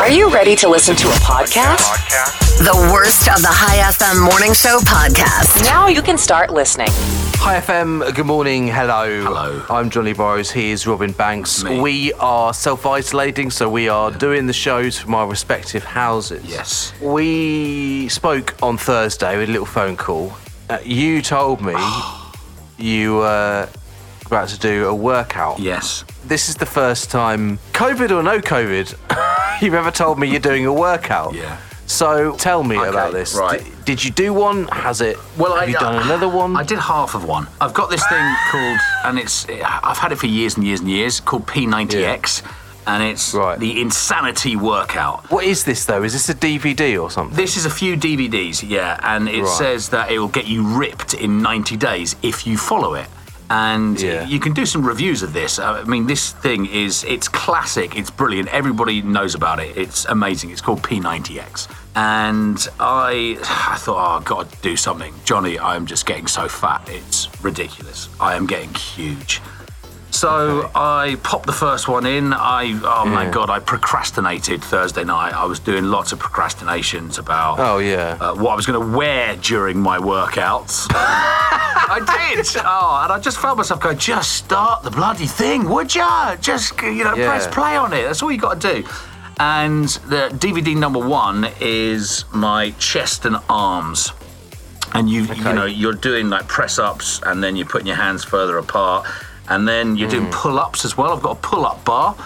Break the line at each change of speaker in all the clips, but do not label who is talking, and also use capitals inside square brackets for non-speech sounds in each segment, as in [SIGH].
Are you ready to listen to a podcast?
The worst of the High FM Morning Show podcast.
Now you can start listening.
Hi FM, good morning, hello.
Hello.
I'm Johnny Borrows, he is Robin Banks.
Me.
We are self isolating, so we are doing the shows from our respective houses.
Yes.
We spoke on Thursday with a little phone call. Uh, you told
[GASPS]
me you were about to do a workout.
Yes.
This is the first time, COVID or no COVID, [LAUGHS] you've ever told me you're doing a workout.
Yeah.
So tell me
Okay,
about this.
right.
D- did you do one? Has it? have you done another one?
I did half of one. I've got this
[LAUGHS]
thing called, and it's I've had it for years and years and years, called P90X, and it's
Right.
the insanity workout.
What is this though? Is this a DVD or something?
This is a few DVDs, yeah, and it
Right.
says that it will get you ripped in 90 days if you follow it. And
Yeah.
you can do some reviews of this. Uh, I mean, this thing is, it's classic, it's brilliant, everybody knows about it, it's amazing. It's called P90X. And I, I thought, oh, I've got to do something. Johnny, I'm just getting so fat, it's ridiculous. I am getting huge. So I popped the first one in. I oh my god, I procrastinated Thursday night. I was doing lots of procrastinations about
Oh, yeah.
uh, what I was going to wear during my workouts. [LAUGHS] I did. Oh, and I just felt myself go, just start the bloody thing, would ya? Just you know,
Yeah.
press play on it. That's all you got to do. And the DVD number one is my chest and arms and you you
Okay.
know you're doing like press ups and then you're putting your hands further apart and then you're
Mm.
doing pull ups as well. I've got a pull up bar.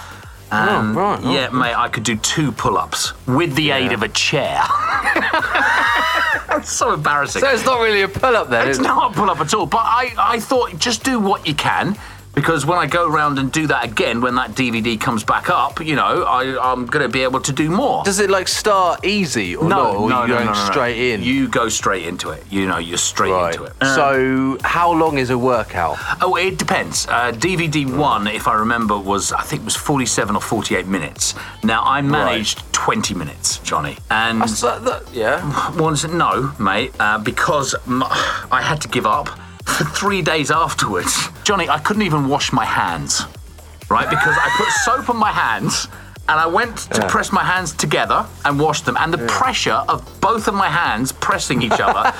And
right, oh,
Um, yeah, mate, I could do two pull ups with the aid of a chair. [LAUGHS] That's so embarrassing.
so uh, it's not really a pull-up then.
It's
is it?
not a pull up at all. But I, I thought just do what you can because when I go around and do that again, when that DVD comes back up, you know, I, I'm going to be able to do more.
Does it like start easy or not? Or you going straight in?
You go straight into it. You know, you're straight
right.
into it. Um,
so how long is a workout?
Oh, it depends. Uh, DVD
Hmm.
one, if I remember, was I think was forty-seven or forty-eight minutes. Now I managed twenty minutes, Johnny, and
That's that, that- yeah.
once no, mate, uh, because m- I had to give up for three days afterwards. Johnny, I couldn't even wash my hands, right? Because I put soap on my hands. And I went to press my hands together and wash them, and the pressure of both of my hands pressing each other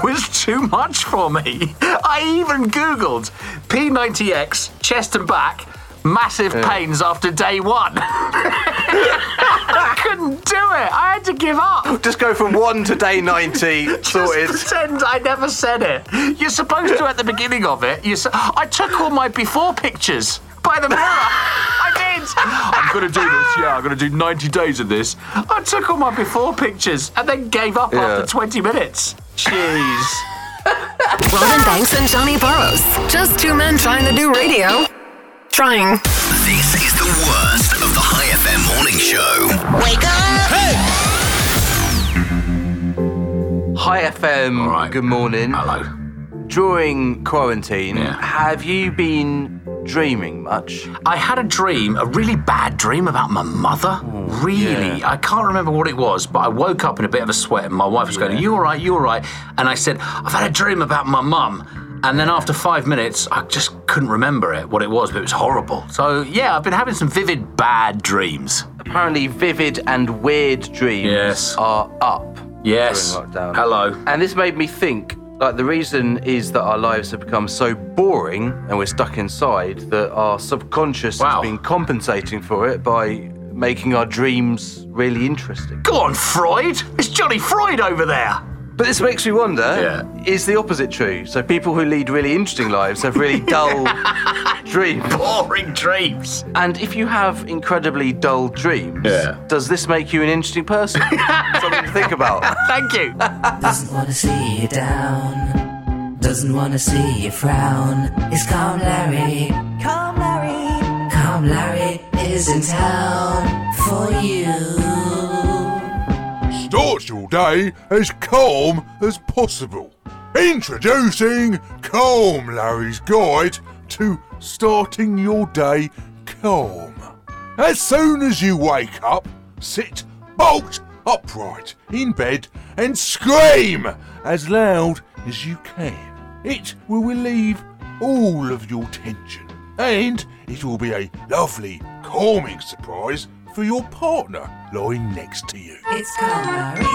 [LAUGHS] was too much for me. I even Googled P90X, chest and back, massive pains after day one. [LAUGHS] I couldn't do it. I had to give up.
[LAUGHS] Just go from one to day ninety.
[LAUGHS] Just
sorted.
pretend I never said it. You're supposed to at the beginning of it. You s I I took all my before pictures by the mirror. I did. I'm gonna do this. Yeah, I'm gonna do 90 days of this. I took all my before pictures and then gave up after 20 minutes. Jeez.
Robin Banks and Johnny Burrows. Just two men trying to do radio. Trying.
This is the worst of the High FM morning show.
Wake up.
Hi FM.
All right.
Good morning.
Hello.
During quarantine,
Yeah.
have you been dreaming much?
I had a dream, a really bad dream about my mother. really.
yeah.
I can't remember what it was, but I woke up in a bit of a sweat and my wife was going,
Yeah.
You all right? You all right? And I said, I've had a dream about my mum. And then after five minutes, I just couldn't remember it, what it was, but it was horrible. So, yeah, I've been having some vivid, bad dreams.
Apparently, vivid and weird dreams
Yes.
are up.
Yes.
During lockdown.
Hello.
And this made me think like the reason is that our lives have become so boring and we're stuck inside that our subconscious
Wow.
has been compensating for it by making our dreams really interesting.
Go on, Freud. It's Johnny Freud over there.
But this makes me wonder
Yeah.
is the opposite true? So people who lead really interesting lives have
[LAUGHS]
really dull dreams.
Boring dreams.
And if you have incredibly dull dreams,
Yeah.
does this make you an interesting
[LAUGHS]
person? Something to think about.
Thank you.
Doesn't wanna see you down. Doesn't wanna see you frown. It's Calm Larry. Calm Larry. Calm Larry is in town for you.
Start your day as calm as possible. Introducing Calm Larry's Guide to Starting Your Day Calm. As soon as you wake up, sit bolt upright in bed and scream as loud as you can. It will relieve all of your tension and it will be a lovely calming surprise for your partner lying next to you.
It's Calm Larry.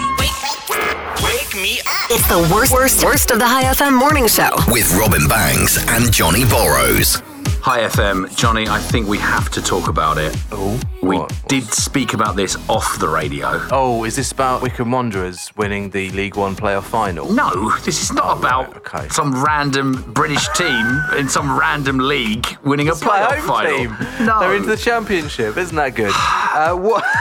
Wake me up!
It's the worst, worst, worst of the High FM morning show.
With Robin Banks and Johnny Borrows.
Hi FM, Johnny. I think we have to talk about it.
Oh,
We
what?
did speak about this off the radio.
Oh, is this about Wickham Wanderers winning the League One playoff final?
No, this is not about
Oh, right, okay.
some random British team in some random league winning a
It's my
playoff
home
final.
team.
No,
They're into the championship. Isn't that good? Uh, what? [LAUGHS]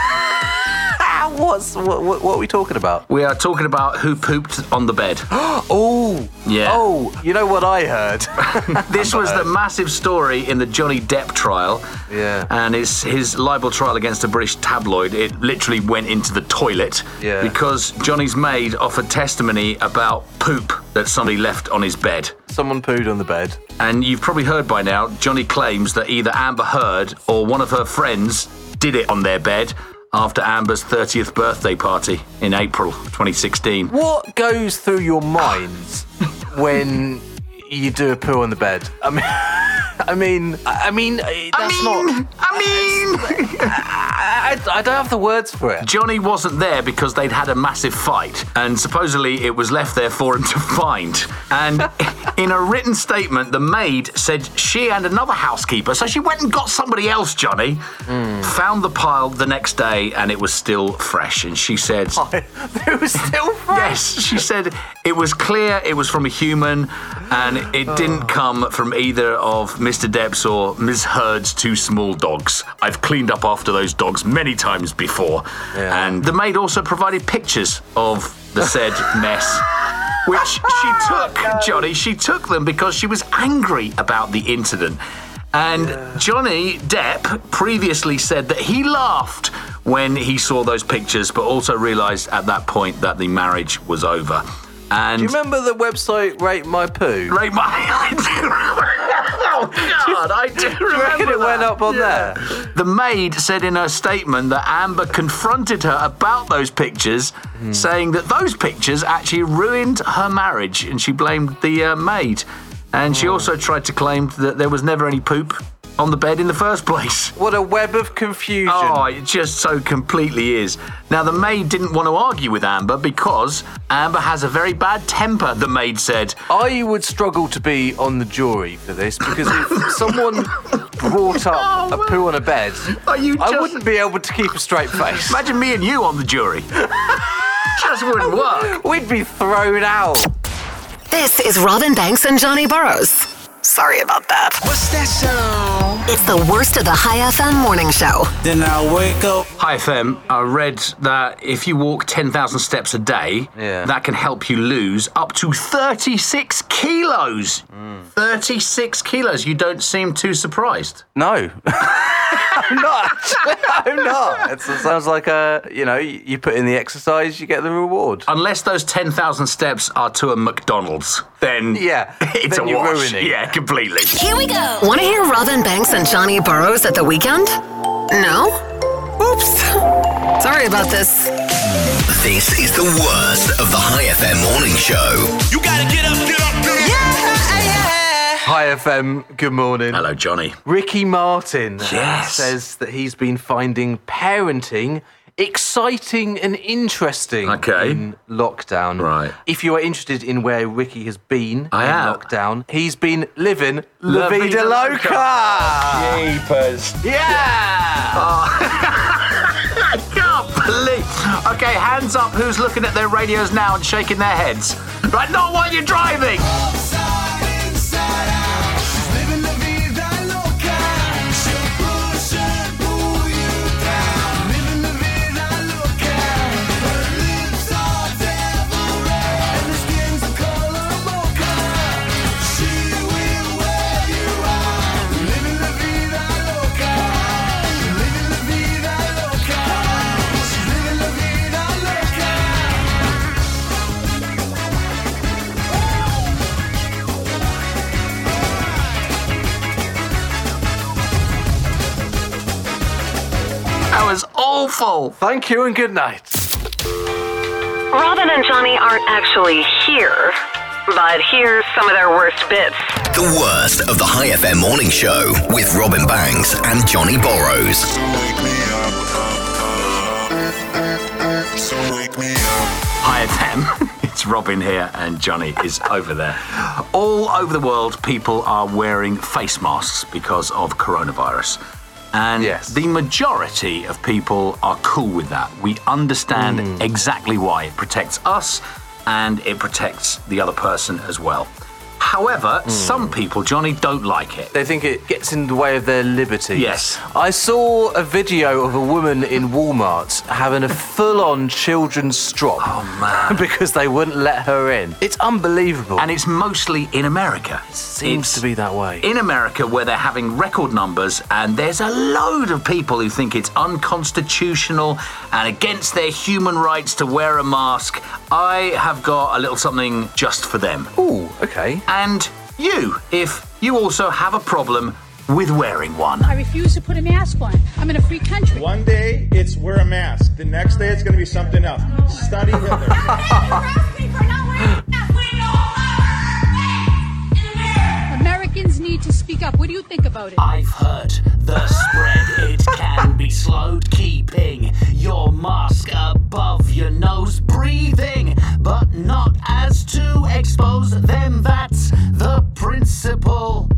What's what, what? What are we talking about?
we are talking about who pooped on the bed.
Oh,
Yeah.
Oh, you know what I heard? [LAUGHS]
This was
uh,
the massive story in the Johnny Depp trial.
Yeah.
And his, his libel trial against a British tabloid, it literally went into the toilet.
Yeah.
Because Johnny's maid offered testimony about poop that somebody left on his bed.
Someone pooed on the bed.
And you've probably heard by now, Johnny claims that either Amber Heard or one of her friends did it on their bed after Amber's 30th birthday party in April 2016.
What goes through your mind when you do a poo on the bed? I mean, [LAUGHS] I mean, I I mean, uh, that's not.
I mean,
I, I, I don't have the words for it.
Johnny wasn't there because they'd had a massive fight, and supposedly it was left there for him to [LAUGHS] find. And in a written statement, the maid said she and another housekeeper, so she went and got somebody else, Johnny, found the pile the next day, and it was still fresh. And she said,
[LAUGHS] it was still fresh.
Yes, she said it was clear it was from a human and it didn't come from either of Mr. Depp's or Ms. Heard's two small dogs. I've cleaned up after those dogs many times before.
Yeah.
And the maid also provided pictures of the said mess. Which she took, Johnny, she took them because she was angry about the incident. And Johnny Depp previously said that he laughed when he saw those pictures, but also realised at that point that the marriage was over. And
Do you remember the website Rate My Poo?
Right, my [LAUGHS] I do remember. Oh God, I do remember.
reckon it
that.
went up on
there. The maid said in her statement that Amber confronted her about those pictures, saying that those pictures actually ruined her marriage, and she blamed the uh, maid. And she also tried to claim that there was never any poop on the bed in the first [LAUGHS] place.
What a web of confusion.
Oh, it just so completely is. Now, the maid didn't want to argue with Amber because Amber has a very bad temper, the maid said.
I would struggle to be on the jury for this because if someone brought up a poo on a bed,
Are you
I
just-
wouldn't be able to keep a straight face.
Imagine me and you on the [LAUGHS] jury. Just wouldn't work.
We'd be thrown out.
This is Robin Banks and Johnny Burrows. Sorry about that.
What's that sound?
It's the worst of the High FM morning show.
Then I wake up.
Hi FM, I read that if you walk 10,000 steps a day,
Yeah.
that can help you lose up to 36 kilos.
Mm.
36 kilos. You don't seem too surprised.
[LAUGHS] No. I'm not. I'm not. It's, it sounds like a, you know, you you put in the exercise, you get the reward.
Unless those 10,000 steps are to a McDonald's, then
[LAUGHS] Yeah,
[LAUGHS] it's
then
a
you're
wash.
ruining.
Yeah, completely.
Want to hear Robin Banks and Johnny Burrows at the weekend? No? Oops. [LAUGHS] Sorry about this.
This is the worst of the High FM morning show.
You gotta get up, get up, get up. Yeah,
Hi, FM. Good morning.
Hello, Johnny.
Ricky Martin uh,
Yes.
says that he's been finding parenting exciting and interesting
Okay.
in lockdown.
Right.
If you are interested in where Ricky has been
I
in
am.
lockdown, he's been living La,
La
Vida,
vida
Loca.
Jeepers.
Yeah.
I can't believe. Okay, hands up who's looking at their radios now and shaking their heads. Right, not while you're driving. That was awful.
Thank you and good night.
Robin and Johnny aren't actually here, but here's some of their worst bits.
The worst of the High FM morning show with Robin Banks and Johnny Borrows.
yeah.
[LAUGHS] It's Robin here, and Johnny is over there. All over the world, people are wearing face masks because of coronavirus. And
Yes.
the majority of people are cool with that. We understand
Hmm.
exactly why. It protects us and it protects the other person as well.
Hmm.
However, some people, Johnny, don't like it.
They think it gets in the way of their liberty.
Yes.
I saw a video of a woman in Walmart having a full on children's strop. Oh, man. [LAUGHS] Because they wouldn't let her in. It's unbelievable.
And it's mostly in America. It
seems to be that way.
in America where they're having record numbers, and there's a load of people who think it's unconstitutional and against their human rights to wear a mask. I have got a little something just for them.
Ooh, okay.
And you, if you also have a problem with wearing one.
I refuse to put a mask on. I'm in a free country.
One day it's wear a mask. The next day it's going to be something else. Study Hitler. [GASPS]
Americans need to speak up. What do you think about it?
I've heard the spread, it can be slowed, keeping your mask above your nose, breathing, but not as to expose them. That's the principle.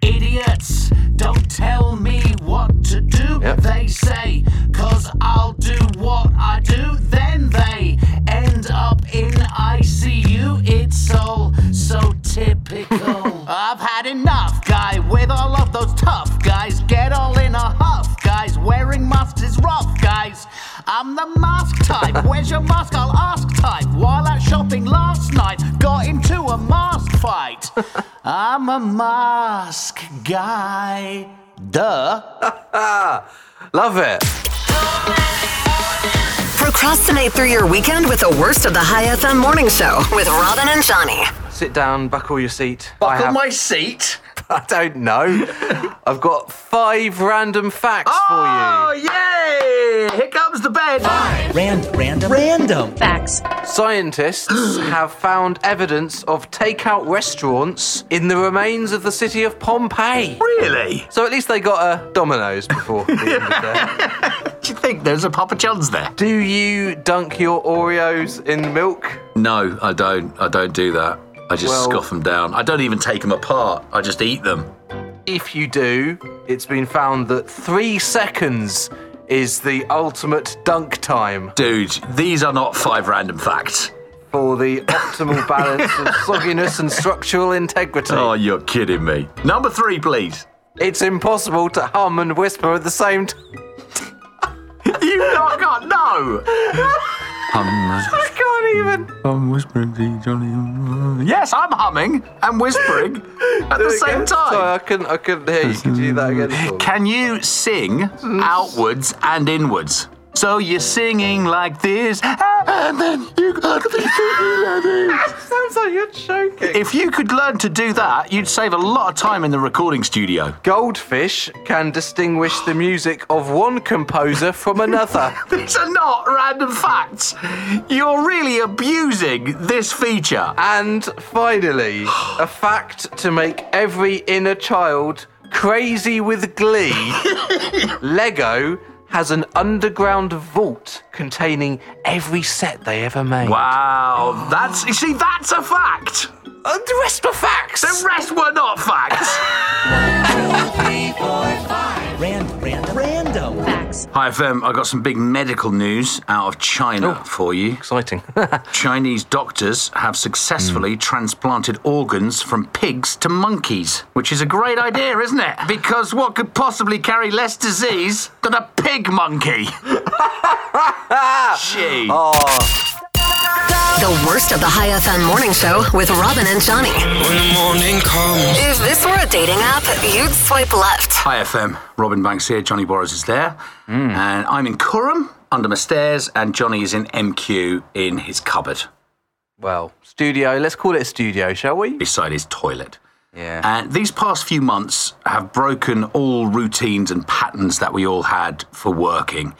Idiots, don't tell me what to do,
Yep.
they say, cause I'll do what I do. Then they end up in ICU, it's all so typical. I've had enough, guy, with all of those tough guys. Get all in a huff, guys, wearing masks is rough, guys. I'm the mask type, where's your mask? I'll ask type. While out shopping last night, got into a mask fight. I'm a mask guy. Duh.
Love it.
Procrastinate through your weekend with the worst of the High FM morning show with Robin and Johnny.
Sit down, buckle your seat. I
Buckle
have-
my seat.
[LAUGHS] I don't know. I've got five random facts
Oh,
Oh,
yay! Here comes the bed.
Rand, random. Random.
Facts.
for you.
[GASPS]
Scientists have found evidence of takeout restaurants in the remains of the city of Pompeii.
Really?
So at least they got a Domino's before. the end
[LAUGHS]
of there.
Do you think there's a Papa John's there?
Do you dunk your Oreos in milk?
No, I don't. I don't do that. I just
Well-
scoff them down. I don't even take them apart. I just eat them.
If you do, it's been found that three seconds is the ultimate dunk time
Dude, these are not five random facts.
for the optimal balance of sogginess and structural integrity.
Oh, you're kidding me. Number three, please.
It's impossible to hum and whisper at the same [LAUGHS] time.
You not got no.
[LAUGHS] I can't even.
I'm whispering to you, Johnny. Yes, I'm humming and whispering at the same
Sorry, I
time.
couldn't. I couldn't hear you. Could you do that again? for me?
Can you sing outwards and inwards? So you're singing like this, [LAUGHS] and then you got to singing like this.
Sounds like you're choking.
If you could learn to do that, you'd save a lot of time in the recording studio.
Goldfish can distinguish the music of one composer from another.
These are not random facts. You're really abusing this feature.
And finally, a fact to make every inner child crazy with glee
[LAUGHS]
Lego has an underground vault containing every set they ever made.
Wow, that's you see, that's a fact.
Uh, the rest were facts!
The rest were not facts.
Rand, random. Random.
Facts.
Hi FM, I got some big medical news out of China for you.
Exciting. [LAUGHS]
Chinese doctors have successfully transplanted organs from pigs to monkeys, which is a great idea, isn't it? Because what could possibly carry less disease than a pig monkey? Gee.
The worst of the High FM morning show with Robin and Johnny.
When the morning comes.
If this were a dating app, you'd swipe left.
Hi FM, Robin Banks here, Johnny Borrows is there, and I'm in Curram under my stairs, and Johnny is in MQ in his cupboard
well, studio, let's call it a studio, shall we?
beside his toilet.
Yeah.
And these past few months have broken all routines and patterns that we all had for working.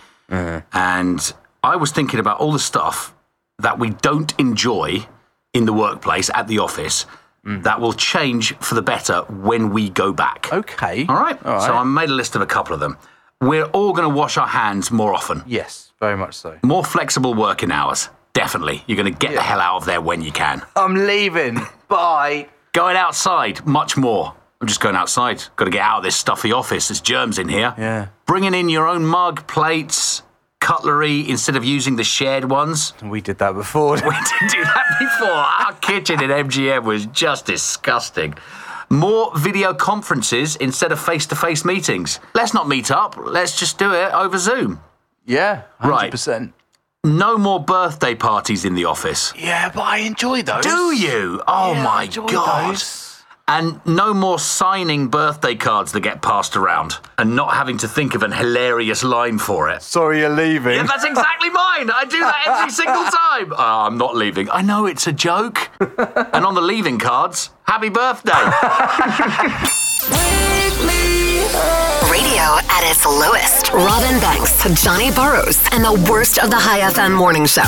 And I was thinking about all the stuff that we don't enjoy in the workplace at the office that will change for the better when we go back.
okay.
All right? So I made a list of a couple of them. We're all going to wash our hands more often,
Yes, very much so.
more flexible working hours. Definitely. You're going to get the hell out of there when you can.
I'm
[LAUGHS]
leaving. Bye.
Going outside, much more. I'm just going outside. Got to get out of this stuffy office. There's germs in here.
Yeah.
Bringing in your own mug, plates, cutlery instead of using the shared ones. [LAUGHS]
We did that before.
We did do that before. Our kitchen at MGM was just disgusting. More video conferences instead of face to face meetings. Let's not meet up. Let's just do it over Zoom.
Yeah,
Right.
100%.
No more birthday parties in the office.
Yeah, but I enjoy those.
Do you? Oh
Yeah, I
my
enjoy
god.
those.
And no more signing birthday cards that get passed around and not having to think of an hilarious line for it.
Sorry you're leaving.
Yeah,
[LAUGHS]
that's exactly mine. I do that every single time. Oh, I'm not leaving. I know it's a joke. and on the leaving cards,
[LAUGHS]
happy birthday.
Radio at its lowest. Robin Banks, Johnny Burrows, and the worst of the High FM morning show.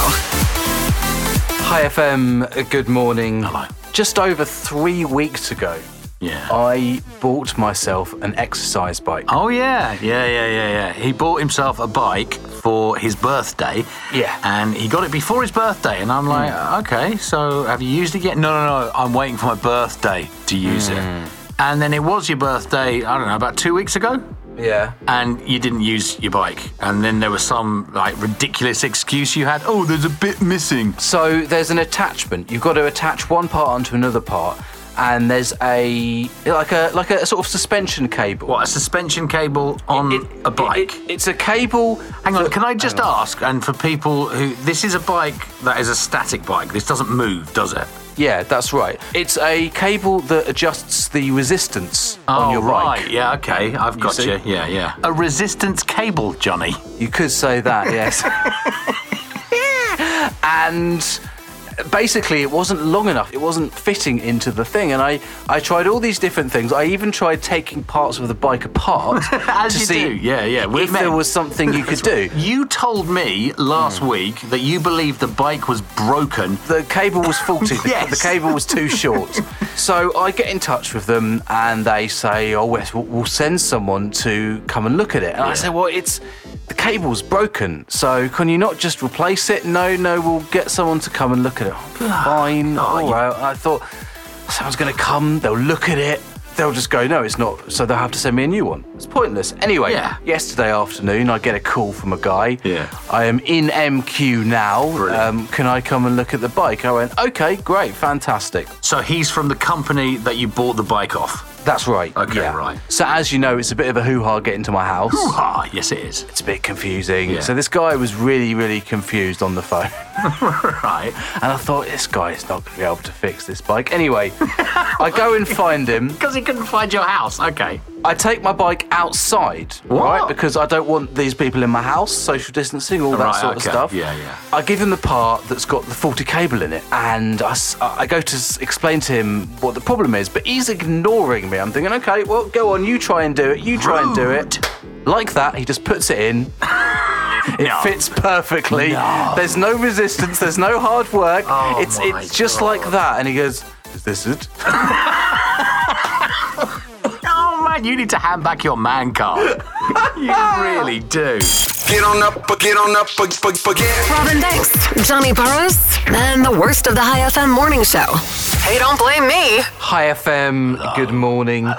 Hi FM, uh, good morning. Hello. Just over three weeks ago,
yeah.
I bought myself an exercise bike.
Oh yeah, yeah, yeah, yeah, yeah. He bought himself a bike for his birthday.
Yeah. Hmm.
and he got it before his birthday, and I'm like, okay, so have you used it yet? No, no, no. I'm waiting for my birthday to use
Hmm.
it. And then it was your birthday. I don't know, about two weeks ago.
Yeah.
And you didn't use your bike, and then there was some like ridiculous excuse you had. Oh, there's a bit missing.
So there's an attachment. You've got to attach one part onto another part, and there's a like a like a sort of suspension cable.
What a suspension cable on
It-
a bike.
it- it- it's a cable.
Hang on, can I just ask? And for people who, this is a bike that is a static bike. This doesn't move, does it?
Yeah, that's right. It's a cable that adjusts the resistance
oh,
on your
right.
bike.
Yeah, okay, I've got
see?
you. Yeah, yeah. A resistance cable, Johnny.
You could say
[LAUGHS]
that, yes. and basically, it wasn't long enough. It wasn't fitting into the thing. And I, I tried all these different things. I even tried taking parts of the bike apart
[LAUGHS] As
to
you
see
do. Yeah, yeah. We're
if there
men.
was something you
[LAUGHS]
could do.
You told me last week that you believed the bike was broken.
the cable was faulty. The,
Yes.
the cable was too short. so I get in touch with them and they say, "Oh, yes, we'll, we'll send someone to come and look at it." And I
Yeah.
say, "Well, it's the cable's broken. So can you not just replace it?" No, no, we'll get someone to come and look at it. "Oh,
Ah, oh,
Fine. all right. I thought someone's going to come. They'll look at it. They'll just go, no, it's not. So they'll have to send me a new one. It's pointless. Anyway,
Yeah.
yesterday afternoon, I get a call from a guy.
Yeah.
I am in MQ now.
Brilliant.
Um, can I come and look at the bike? I went, okay, great, fantastic.
So he's from the company that you bought the bike off.
That's right.
Okay,
yeah.
right.
So, as you know, it's a bit of a hoo ha getting to my house.
Ah, yes, it is. [LAUGHS]
It's a bit confusing.
Yeah.
So, this guy was really, really confused on the phone. [LAUGHS]
Right.
And I thought, this guy is not going to be able to fix this bike.
[LAUGHS]
Anyway, I go and find him.
Because he couldn't find your house. Okay.
I take my bike outside,
What?
right? Because I don't want these people in my house, social distancing, all that
Right,
sort of
okay.
stuff.
Yeah, yeah.
I give him the part that's got the faulty cable in it, and I, s- I go to s- explain to him what the problem is, but he's ignoring me. I'm thinking, okay, well, go on, you try and do it, you try and do it. Like that, he just puts it
[LAUGHS]
in. It
No.
fits perfectly. There's no resistance. There's no hard work.
Oh
it's
my
it's just like that. And he goes, "Is this it?"
Oh man, you need to hand back your man [LAUGHS] card. you really do.
Get on up, but get on up, but, but, but get.
Robin Banks, Johnny Burrows, and the worst of the High FM morning show. Hey, don't blame me.
Hi FM, good morning.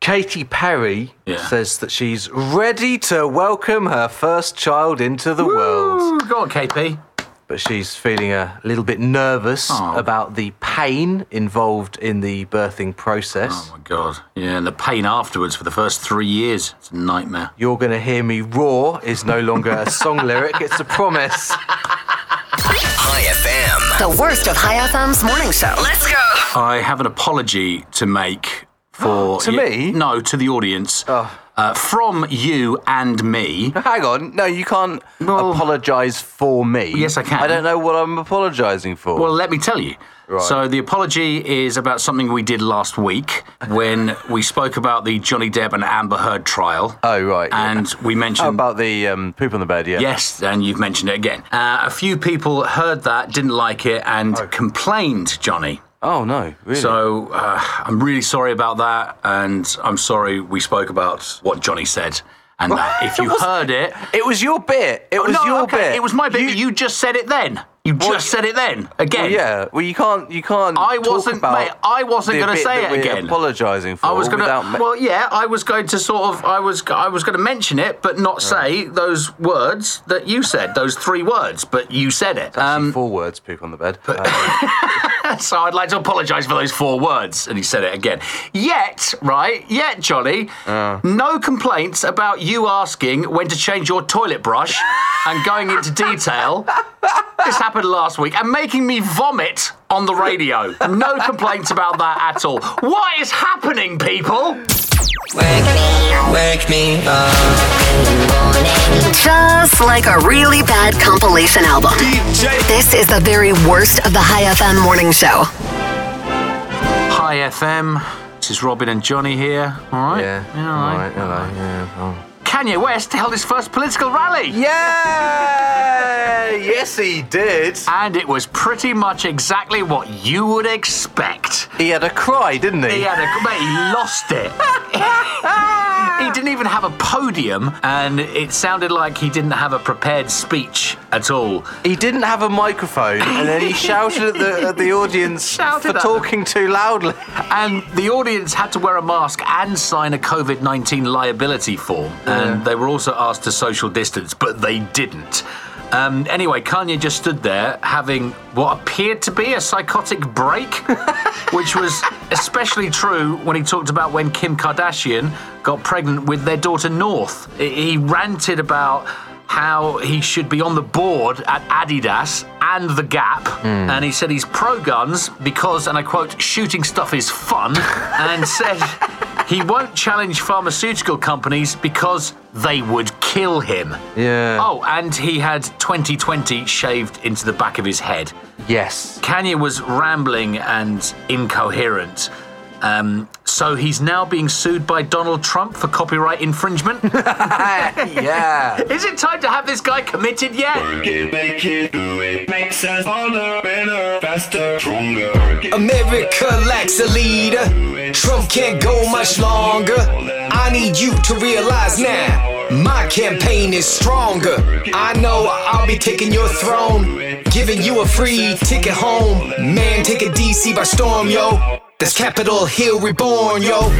Katy Perry
Yeah.
says that she's ready to welcome her first child into the world,
Ooh, go on, KP.
but she's feeling a little bit nervous
Oh.
about the pain involved in the birthing process.
Oh my god. Yeah, and the pain afterwards for the first three years. It's a nightmare.
You're going to hear me roar is no longer
[LAUGHS]
a song lyric, it's a promise. [LAUGHS]
High FM.
The worst of High FM's morning show. Let's go.
I have an apology to make for
[GASPS] To me? Oh.
No, to the audience. Uh, from you and me.
Hang on, no, you can't apologise for me.
Yes, I can.
I don't know what I'm apologising for.
Well, let me tell you.
Right.
So the apology is about something we did last
[LAUGHS]
week when we spoke about the Johnny Depp and Amber Heard trial.
Oh, right, yeah.
And we mentioned
How about the um, poop on the bed, yeah.
Yes, and you've mentioned it again. Uh, a few people heard that, didn't like it, and complained, Johnny.
Oh, no, really?
So uh, I'm really sorry about that, and I'm sorry we spoke about what Johnny said. And that if you
It was-
heard it,
It was your bit. It was
no,
your
okay,
bit.
It was my bit. You, you just said it then. You just said it then again.
Well, yeah. Well, you can't. You can't.
I
talk
wasn't,
about
mate. I wasn't
the
going to
bit
say
that
it
we're
again.
Apologising for.
I was
going to.
well, yeah, I was going to sort of, I was, I was going to mention it, but not say those words that you said, those three words, but you said it. Um,
four words, poop on the bed. Uh,
[LAUGHS] so I'd like to apologise for those four words, and he said it again. Yet, right? Yet, Johnny, no complaints about you asking when to change your toilet brush and going into detail. This happened last week and making me vomit on the radio. No complaints about that at all. What is happening, people?
Wake me up.
Just like a really bad compilation album. This is the very worst of the High FM morning show.
Hi FM. This is Robin and Johnny here. All right.
Yeah.
all
right. Hello. Yeah. oh.
Kanye West held his first political rally.
Yeah. [LAUGHS] yes, he did.
And it was pretty much exactly what you would expect.
He had a cry, didn't he?
He had a mate, he lost it. he didn't even have a podium, and it sounded like he didn't have a prepared speech at all.
[LAUGHS] He didn't have a microphone, and
[LAUGHS]
then he shouted at the, at the audience
Shouted
for
at them.
talking too loudly.
And the audience had to wear a mask and sign a COVID 19 liability form. And they were also asked to social distance, but they didn't. Um, anyway, Kanye just stood there having what appeared to be a psychotic break, which was especially true when he talked about when Kim Kardashian got pregnant with their daughter North. He he ranted about how he should be on the board at Adidas and The Gap. And he said he's pro guns because, and I quote, shooting stuff is fun, and said he won't challenge pharmaceutical companies because they would kill him.
Yeah.
Oh, and he had 2020 shaved into the back of his head.
Yes.
Kanye was rambling and incoherent. Um, so he's now being sued by Donald Trump for copyright infringement.
[LAUGHS] yeah.
Is it time to have this guy committed yet?
America lacks a leader. Trump can't go much longer. I need you to realize now my campaign is stronger. I know I'll be taking your throne, giving you a free ticket home. Man, taking DC by storm, yo. That's Capitol Hill reborn, yo.
Start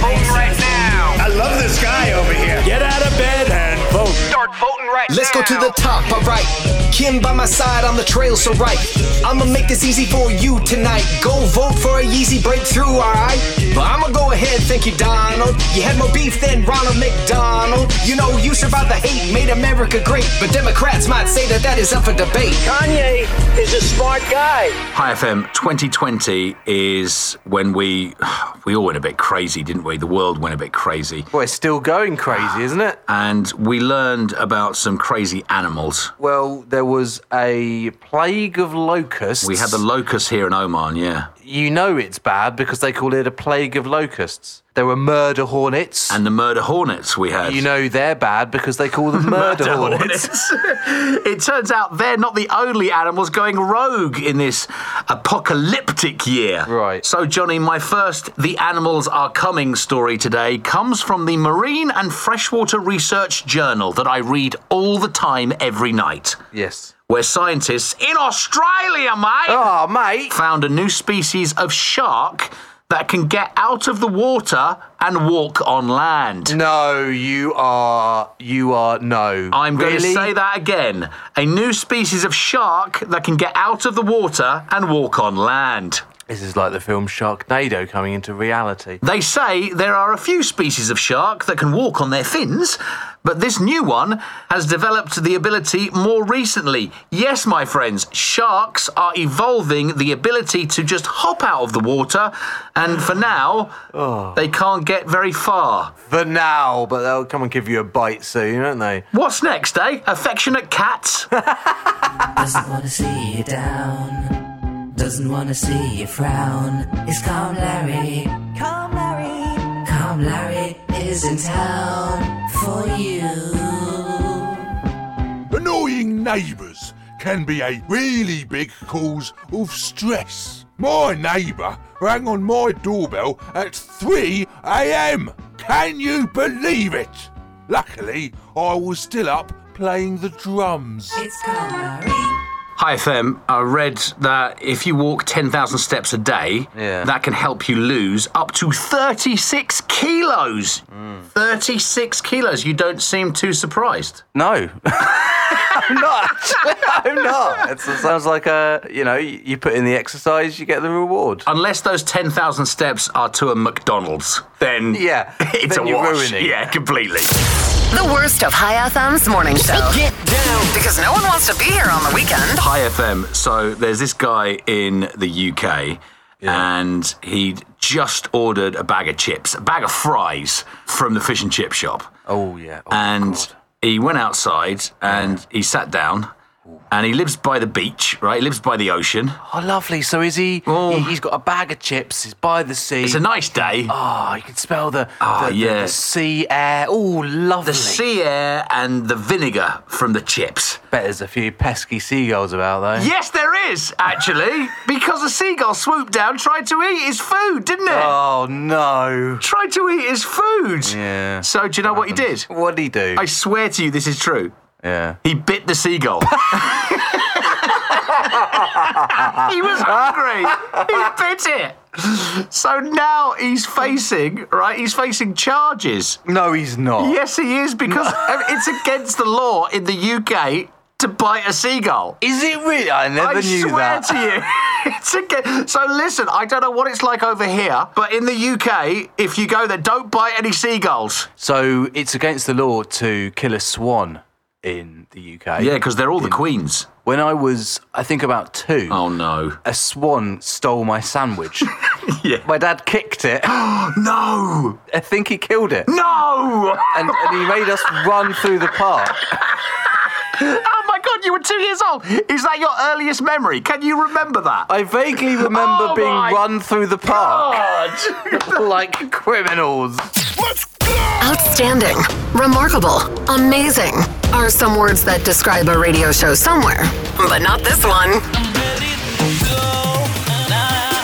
voting right now. I love this guy over here. Get out of bed and vote. Start voting right
Let's go to the top, alright. Kim by my side on the trail, so right. I'ma make this easy for you tonight. Go vote for a Yeezy breakthrough, alright? But I'ma go ahead, thank you, Donald. You had more beef than Ronald McDonald. You know, you survived the hate, made America great. But Democrats might say that that is up for debate. Kanye is a smart guy.
Hi FM 2020 is when we [SIGHS] we all went a bit crazy, didn't we? The world went a bit crazy.
Well, it's still going crazy, isn't it?
And we learned about some crazy animals.
Well, there was a plague of locusts.
We had the locust here in Oman, yeah.
You know it's bad because they call it a plague of locusts. There were murder hornets.
And the murder hornets we had.
you know they're bad because they call [LAUGHS] them murder, hornets.
hornets. [LAUGHS] it turns out they're not the only animals going rogue in this apocalyptic year.
Right.
So, Johnny, my first The Animals Are Coming story today comes from the Marine and Freshwater Research Journal that I read all the time every night,
Yes.
where scientists in Australia, mate,
Oh, mate.
found a new species of shark. That can get out of the water and walk on land.
No, you are. You are. No.
I'm going
really?
to say that again. A new species of shark that can get out of the water and walk on land.
This is like the film Sharknado coming into reality.
They say there are a few species of shark that can walk on their fins, but this new one has developed the ability more recently. Yes, my friends, sharks are evolving the ability to just hop out of the water, and for now, they can't get very far.
For now, but they'll come and give you a bite soon, won't they?
What's next, eh? Affectionate cats?
Doesn't wanna see you down. Doesn't wanna see you frown. It's Calm Larry. Calm Larry. Calm Larry is in town for you.
Annoying neighbours can be a really big cause of stress. My neighbour rang on my doorbell at 3 am. Can you believe it? Luckily, I was still up playing the drums.
Hi FM. I read that if you walk 10,000 steps a day, that can help you lose up to 36 kilos.
Mm.
36 kilos. You don't seem too surprised.
No. [LAUGHS] I'm not. [LAUGHS] I'm [LAUGHS] not. It's, it sounds like a you know you you put in the exercise, you get the reward.
Unless those 10,000 steps are to a McDonald's, then yeah, [LAUGHS] it's
then
a
you're
wash.
ruining
Yeah, completely.
The worst of High FM's morning show. Get down. Because no one wants to be here on the weekend.
Hi FM. So there's this guy in the UK, and he just ordered a bag of chips, a bag of fries from the fish and chip shop.
Oh yeah.
and he went outside and he sat down, and he lives by the beach, right? He lives by the ocean.
Oh, lovely. So is he? he- He's got a bag of chips. He's by the sea.
Oh. It's a nice day.
Oh, you can smell the,
Ah,
the, the-
yeah.
the sea air. Oh, lovely.
The sea air and the vinegar from the chips.
Bet there's a few pesky seagulls about though.
Yes, there is, actually,
[LAUGHS]
because a seagull swooped down, tried to eat his food, didn't it?
Oh no.
Tried to eat his food.
Yeah.
So, do you know what he did?
What'd he do?
I swear to you, this is true.
yeah.
He bit the [LAUGHS] seagull. he was hungry. He bit it. So now he's facing, right? He's facing charges.
No, he's not.
Yes, he is, [LAUGHS] because it's against the law in the UK to bite a seagull.
Is it really? I never
I
knew that.
swear to you. [LAUGHS] It's again. So listen, I don't know what it's like over here, but in the UK, if you go there, don't bite any seagulls.
So it's against the law to kill a swan in the UK.
Yeah, because they're all the queens.
When I was, I think about two,
Oh no.
a swan stole my
[LAUGHS]
sandwich. My dad kicked it. [GASPS]
no.
I think he killed it.
No. [LAUGHS]
And, and he made us run through the park.
Oh my god, you were two years old. Is that your earliest memory? Can you remember that?
I vaguely remember
Oh
being
my
run through the park [LAUGHS]
God.
like criminals.
Outstanding, remarkable, amazing are some words that describe a radio show somewhere, but not this one.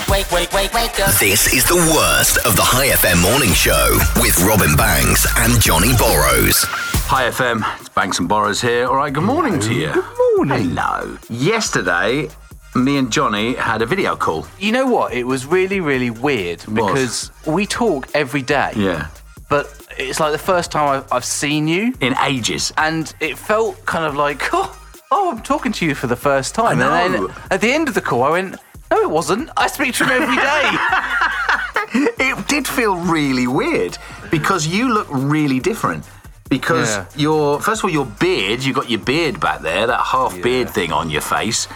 Wake, wake, wake, wake up.
This is the worst of the High FM morning show with Robin Banks and Johnny Borrows.
Hi FM, it's Banks and Borrows here. All right, good morning to you. Good morning. Hello. Yesterday, me and Johnny had a video call.
You know what? It was really, really weird because we talk every day.
Yeah.
But it's like the first time I've, I've seen you.
In ages.
and it felt kind of like, [LAUGHS] oh, oh I'm talking to you for the first time.
I
And
know.
then at the end of the call, I went, no, it wasn't. I speak to him every
[LAUGHS]
day.
it did feel really weird because you look really different. Because
Yeah.
your first of all, your beard, you got your beard back there, that half beard thing on
[LAUGHS]
your face.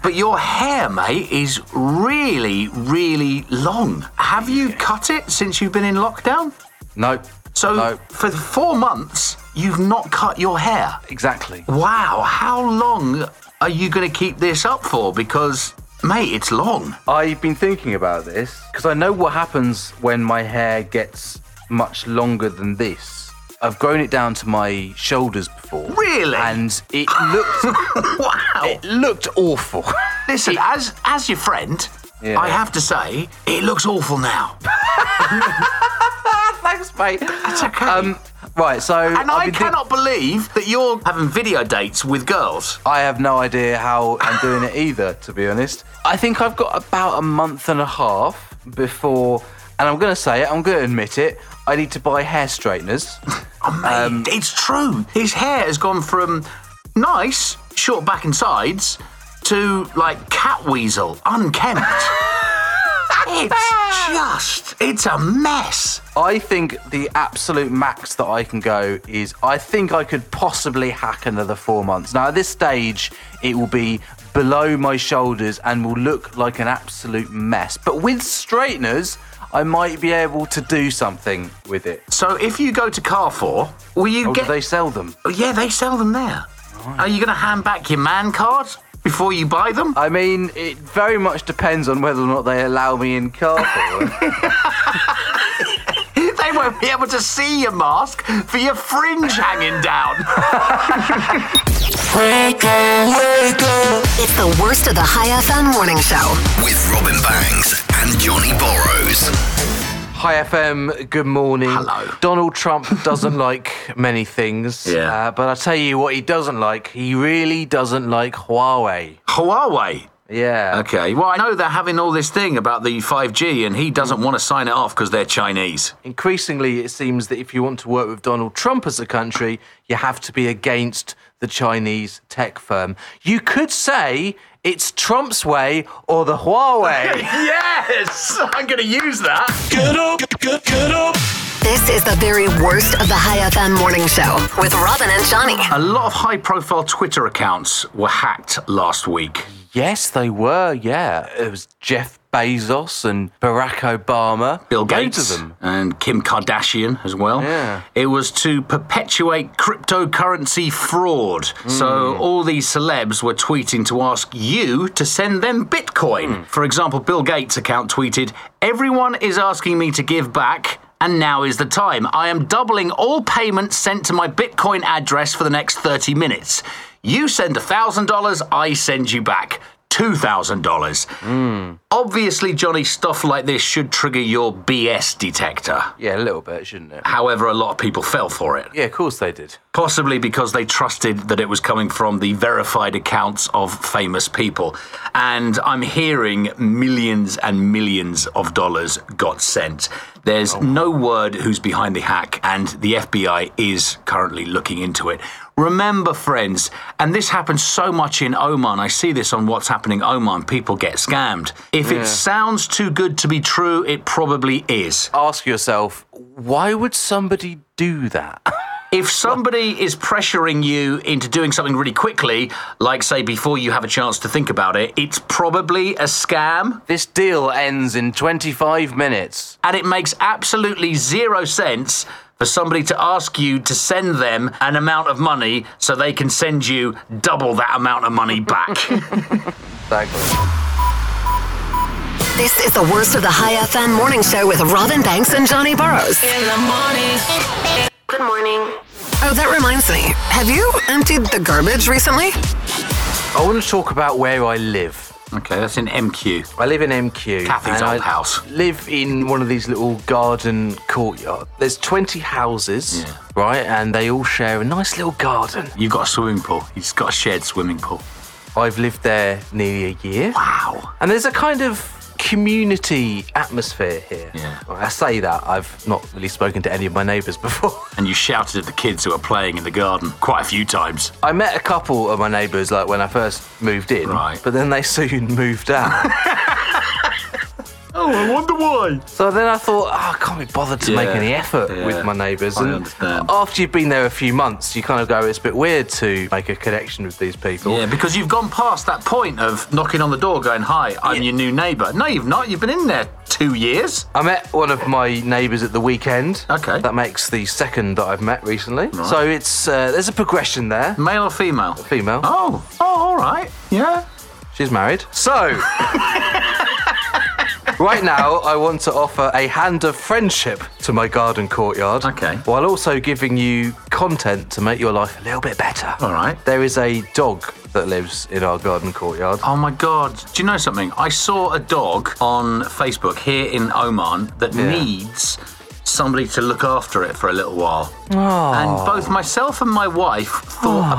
but your hair, mate, is really, really long. Have you cut it since you've been in lockdown?
no.
So
No.
for four months, you've not cut your hair.
Exactly.
Wow, how long are you going to keep this up for? Because, mate, it's long. [LAUGHS]
I've been thinking about this because I know what happens when my hair gets much longer than this. I've grown it down to my shoulders before.
Really?
And it
[LAUGHS]
looked
Wow.
it looked awful.
[LAUGHS] Listen, as as your friend,
Yeah.
I have to say, it looks awful
[LAUGHS]
now.
Thanks, mate.
That's okay.
Um, right, so
and
I've
I
been thi-
cannot believe that you're having video dates with girls.
I have no idea how I'm doing it either, to be honest. I think I've got about a month and a half before, and I'm going to say it, I'm going to admit it, I need to buy hair straighteners.
Oh, mate,
Um,
it's true. His hair has gone from nice, short back and sides, to like cat weasel, unkempt.
[LAUGHS]
it's just, it's a mess.
I think the absolute max that I can go is I think I could possibly hack another four months. Now, at this stage, it will be below my shoulders and will look like an absolute mess. But with straighteners, I might be able to do something with it.
So if you go to Carrefour, will you
Or do
get
they sell them?
Oh, Yeah, they sell them there. Are you going to hand back your man card before you buy them?
I mean, it very much depends on whether or not they allow me in [LAUGHS] Carpool.
[LAUGHS] they won't be able to see your mask for your fringe hanging down. [LAUGHS]
It's the worst of the High FM morning show.
With Robin Banks and Johnny Borrows.
Hi FM, good morning. Hello. Donald Trump
[LAUGHS]
doesn't like many things.
Yeah.
Uh, but I tell you what he doesn't like. He really doesn't like Huawei.
Huawei?
Yeah.
Okay. Well, I know they're having all this thing about the 5G, and he doesn't want to sign it off because they're Chinese.
Increasingly, it seems that if you want to work with Donald Trump as a country, you have to be against the Chinese tech firm. You could say it's Trump's way or the Huawei.
yes! [LAUGHS] I'm going to use that.
Get up, get, get up.
This is the very worst of the High FM morning show with Robin and Johnny.
A lot of high profile Twitter accounts were hacked last week.
Yes, they were. Yeah, it was Jeff Bezos and Barack Obama.
Bill
Loads
Gates
of them.
and Kim Kardashian as well.
Yeah.
It was to perpetuate cryptocurrency fraud. So all these celebs were tweeting to ask you to send them Bitcoin. For example, Bill Gates' account tweeted, "Everyone is asking me to give back." And now is the time. I am doubling all payments sent to my Bitcoin address for the next 30 minutes. You send $1,000, I send you back $2,000. Obviously, Johnny, stuff like this should trigger your BS detector.
Yeah, a little bit, shouldn't it?
However, a lot of people fell for it,
Yeah, of course they did.
possibly because they trusted that it was coming from the verified accounts of famous people. And I'm hearing millions and millions of dollars got sent. There's no word who's behind the hack, and the FBI is currently looking into it. Remember, friends, and this happens so much in Oman. I see this on what's happening in Oman. People get scammed. If
Yeah.
it sounds too good to be true, it probably is.
Ask yourself, why would somebody do that? [LAUGHS]
If somebody is pressuring you into doing something really quickly, like say before you have a chance to think about it, it's probably a scam
this deal ends in 25 minutes.
and it makes absolutely zero sense for somebody to ask you to send them an amount of money so they can send you double that amount of money back.
This is the worst of the High FM morning show with Robin Banks and Johnny Burrows.
In the morning. Good morning.
Oh, that reminds me. Have you emptied the garbage recently?
I want to talk about where I live.
okay, that's in MQ.
I live in MQ.
Kathy's
and
old
I
house.
Live in one of these little garden courtyard. There's 20 houses, right? And they all share a nice little garden.
You've got a swimming pool. He's got a shared swimming pool.
I've lived there nearly a year.
Wow.
And there's a kind of community atmosphere here.
Yeah.
Well, I say that, I've not really spoken to any of my neighbours [LAUGHS] before.
And you shouted at the kids who were playing in the garden quite a few times.
I met a couple of my neighbours like when I first moved in,
Right.
but then they [LAUGHS] soon moved out.
Oh, I wonder why.
so then I thought, oh, I can't be bothered to make
Yeah,
any effort
yeah,
with my neighbours.
I
and
understand.
after you've been there a few months, you kind of go, it's a bit weird to make a connection with these people.
Yeah, because you've gone past that point of knocking on the door going, Hi, I'm your new neighbour. No, you've not. You've been in there two years.
I met one of my neighbours at the weekend.
Okay.
That makes the second that I've met recently. So it's uh, there's a progression there.
Male or female?
Female.
Oh, oh, all right. Yeah.
She's married. So, [LAUGHS] right now, I want to offer a hand of friendship to my garden courtyard.
Okay.
While also giving you content to make your life a little bit better.
All right.
There is a dog that lives in our garden
[LAUGHS]
courtyard.
Oh my God. Do you know something? I saw a dog on Facebook here in Oman that needs somebody to look after it for a little while. And both myself and my wife thought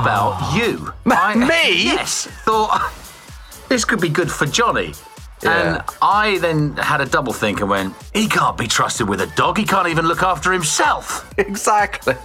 [LAUGHS]
about you. I,
me?
Yes. Thought [LAUGHS] this could be good for Johnny.
Yeah.
And I then had a double think and went, he can't be trusted with a dog. He can't even look after himself.
Exactly.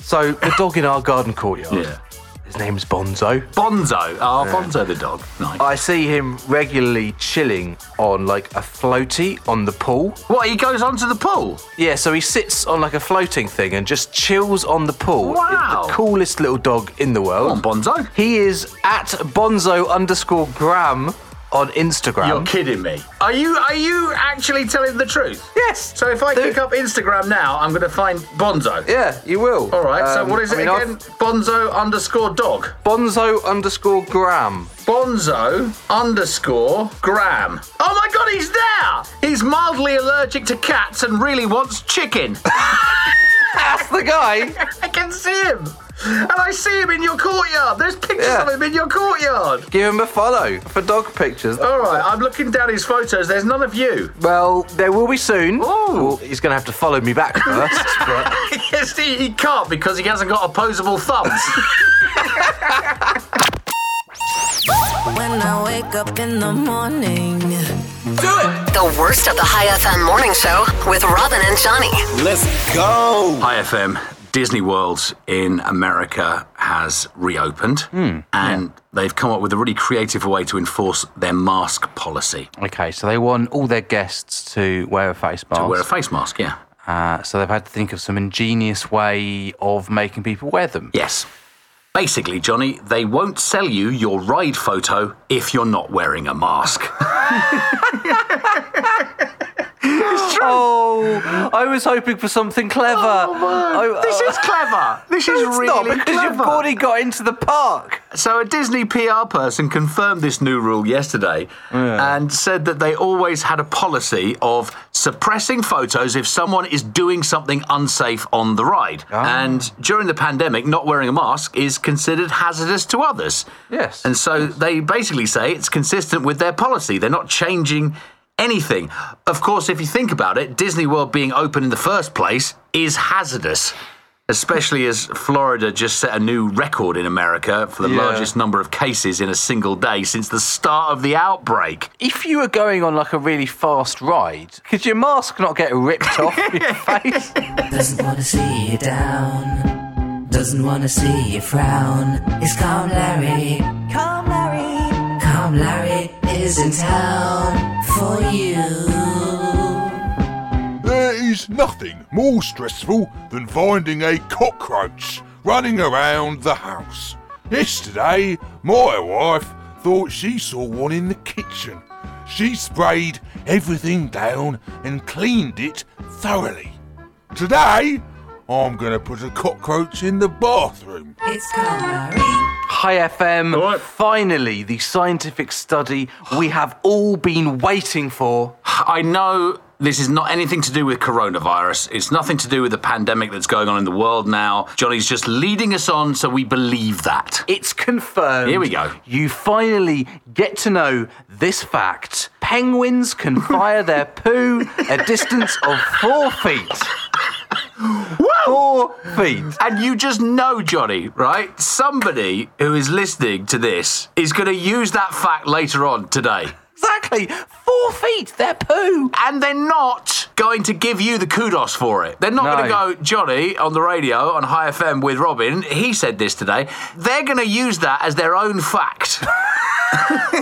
So, the dog in our garden courtyard,
Yeah.
his name's Bonzo.
Bonzo. Oh, Bonzo the dog. Nice.
I see him regularly chilling on like a floaty on the pool.
what, he goes onto the pool?
Yeah, so he sits on like a floating thing and just chills on the pool.
Wow.
It's the coolest little dog in the
Come on,
world.
Bonzo.
he is at bonzo underscore gram on Instagram.
You're kidding me. Um, Are you are you actually telling the truth?
Yes.
So if I
Dude.
pick up Instagram now, I'm going to find Bonzo.
yeah, you will.
All right. so
Um,
what is
I
it
mean,
again?
I've-
Bonzo underscore dog.
Bonzo underscore gram.
Bonzo underscore Graham. Oh my god, he's there! He's mildly allergic to [LAUGHS] cats and really wants chicken. [LAUGHS]
That's the guy.
I can see him. And I see him in your courtyard. There's pictures
Yeah.
of him in your courtyard.
Give him a follow for dog pictures.
All right, I'm looking down his photos. There's none of you. [LAUGHS]
Well, there will be soon. Well, he's going to have to follow me back first.
[LAUGHS]
but
yes, he, he can't because he hasn't got opposable thumbs. [LAUGHS]
When I wake up in the morning.
Do it! The worst of the High FM morning show with Robin and Johnny.
Let's go. Hi FM. Disney World in America has reopened,
Hmm,
and they've come up with a really creative way to enforce their mask policy.
Okay, so they want all their guests to wear a face mask.
wear a face mask, yeah.
Uh, so they've had to think of some ingenious way of making people wear them.
Yes. Basically, Johnny, they won't sell you your ride photo if you're not wearing
[LAUGHS]
a mask.
Oh, I was hoping for something clever.
Oh,
I-
Oh, This
uh,
is clever. This is
No, it's not,
really
because you've
clever.
already got into the park.
So, a Disney PR person confirmed this new rule yesterday and said that they always had a policy of suppressing photos if someone is doing something unsafe on the ride. And during the pandemic, not wearing a mask is considered hazardous to others.
Yes.
And so they basically say it's consistent with their policy. They're not changing anything. Of course, if you think about it, Disney World being open in the first place is hazardous, especially as Florida just set a new record in America for the
Yeah.
largest number of cases in a single day since the start of the outbreak.
If you were going on like a really fast ride, could your mask not get ripped off
[LAUGHS]
your face?
Doesn't wanna see you down. Doesn't wanna see you frown. It's Calm Larry. Calm Larry. Calm Larry is in town for you.
There is nothing more stressful than finding a cockroach running around the house. Yesterday, my wife thought she saw one in the kitchen. She sprayed everything down and cleaned it thoroughly. Today, I'm going to put a cockroach in the bathroom.
It's Calm Larry.
Hi FM. Finally, the scientific study we have all been waiting for.
I know this is not anything to do with coronavirus. It's nothing to do with the pandemic that's going on in the world now. Johnny's just leading us on, so we believe that.
It's confirmed.
Here we go.
You finally get to know this fact. Penguins [LAUGHS] can fire their poo a distance of four feet.
Four feet. And you just know, Johnny, right? Somebody who is listening to this is going to use that fact later on today.
Exactly. Four feet, they're poo.
And they're not going to give you the kudos for it. They're not
No.
going to go, Johnny, on the radio on High FM with Robin, he said this today. They're going to use that as their own fact.
What,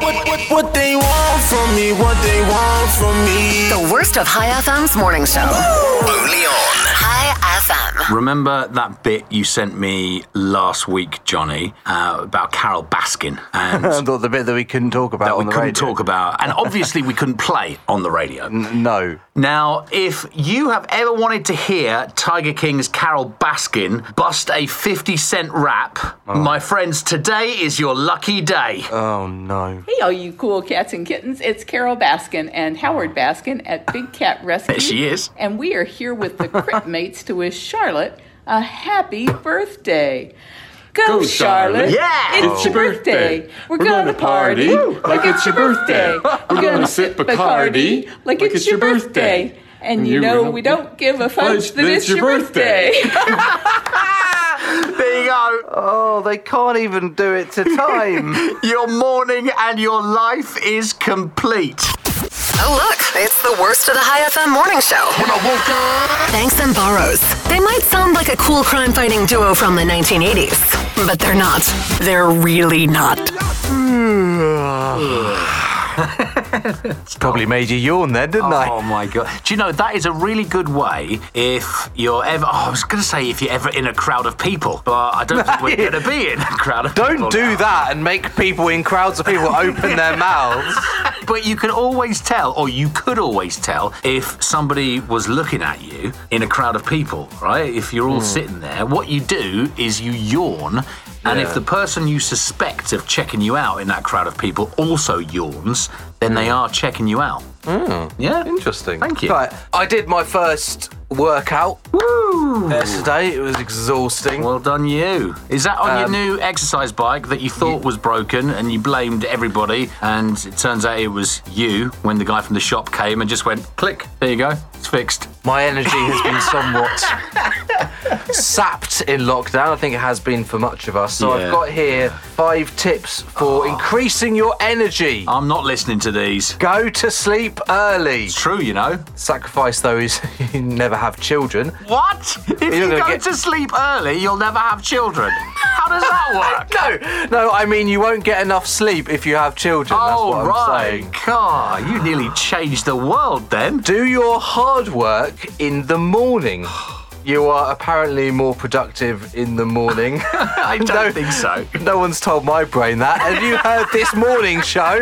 what, what they want from me, what they want from me.
The worst of High FM's morning show. Only on High FM.
[LAUGHS] Remember that bit you sent me last week, Johnny, uh, about Carol Baskin [LAUGHS] and
Not the bit that we couldn't talk about
that we
on the
couldn't
radio.
talk about, and obviously we couldn't play on the radio.
no.
Now, if you have ever wanted to hear Tiger King's Carol Baskin bust a 50 cent rap, my friends, today is your lucky day.
Oh no.
Hey, all you cool cats and kittens. It's Carol Baskin and Howard Baskin at Big Cat Rescue.
There she is.
And we are here with the Crypt Mates to wish Charlotte a happy birthday. Go,
Go,
Charlotte.
Charlotte. Yeah.
It's
Oh.
your birthday.
Birthday.
We're, gonna, party
Woo.
like it's [LAUGHS] your birthday.
We're gonna sip Bacardi
like it's your birthday. And you, know we don't give a fudge that it's your birthday. [LAUGHS]
Ah! There you go.
Oh, they can't even do it to time.
Your morning and your life is complete.
Oh, look, it's the worst of the High FM morning show. Banks and Burrows. They might sound like a cool crime fighting duo from the 1980s, but they're not. They're really not.
It's [LAUGHS] probably made you yawn then, didn't I?
Oh my god! Do you know that is a really good way if you're ever? Oh, I was going to say if you're ever in a crowd of people, but I don't think
[LAUGHS]
we're going to be in a crowd of people.
Don't do that and make people in crowds of people open their mouths.
[LAUGHS] But you can always tell, or you could always tell, if somebody was looking at you in a crowd of people, right? If you're all
Hmm.
sitting there, what you do is you yawn. And
Yeah.
if the person you suspect of checking you out in that crowd of people also yawns, then
Hmm.
they are checking you out. Yeah.
Interesting.
Thank you.
Right, I did my first workout. Woo! Yes, today. It was exhausting.
Well done, you. Is that on
Um,
your new exercise bike that you thought was broken and you blamed everybody? And it turns out it was you when the guy from the shop came and just went, click, there you go, it's fixed.
My energy has
[LAUGHS]
been somewhat sapped in lockdown. I think it has been for much of us. So
Yeah.
I've got here five tips for
Ah.
increasing your energy.
I'm not listening to these.
Go to sleep early. It's
true, you know.
Sacrifice, though, [LAUGHS] is you never have children.
[LAUGHS] What? If
You're
you
gonna
go
get-
to sleep early, you'll never have children. How does [LAUGHS] that work?
no, no, I mean, you won't get enough sleep if you have children.
Oh,
That's what
right.
I'm saying.
God, you nearly changed the world then. [LAUGHS]
Do your hard work in the morning. You are apparently more productive in the morning. [LAUGHS]
I don't think so.
No one's told my brain that. Have you heard this morning show?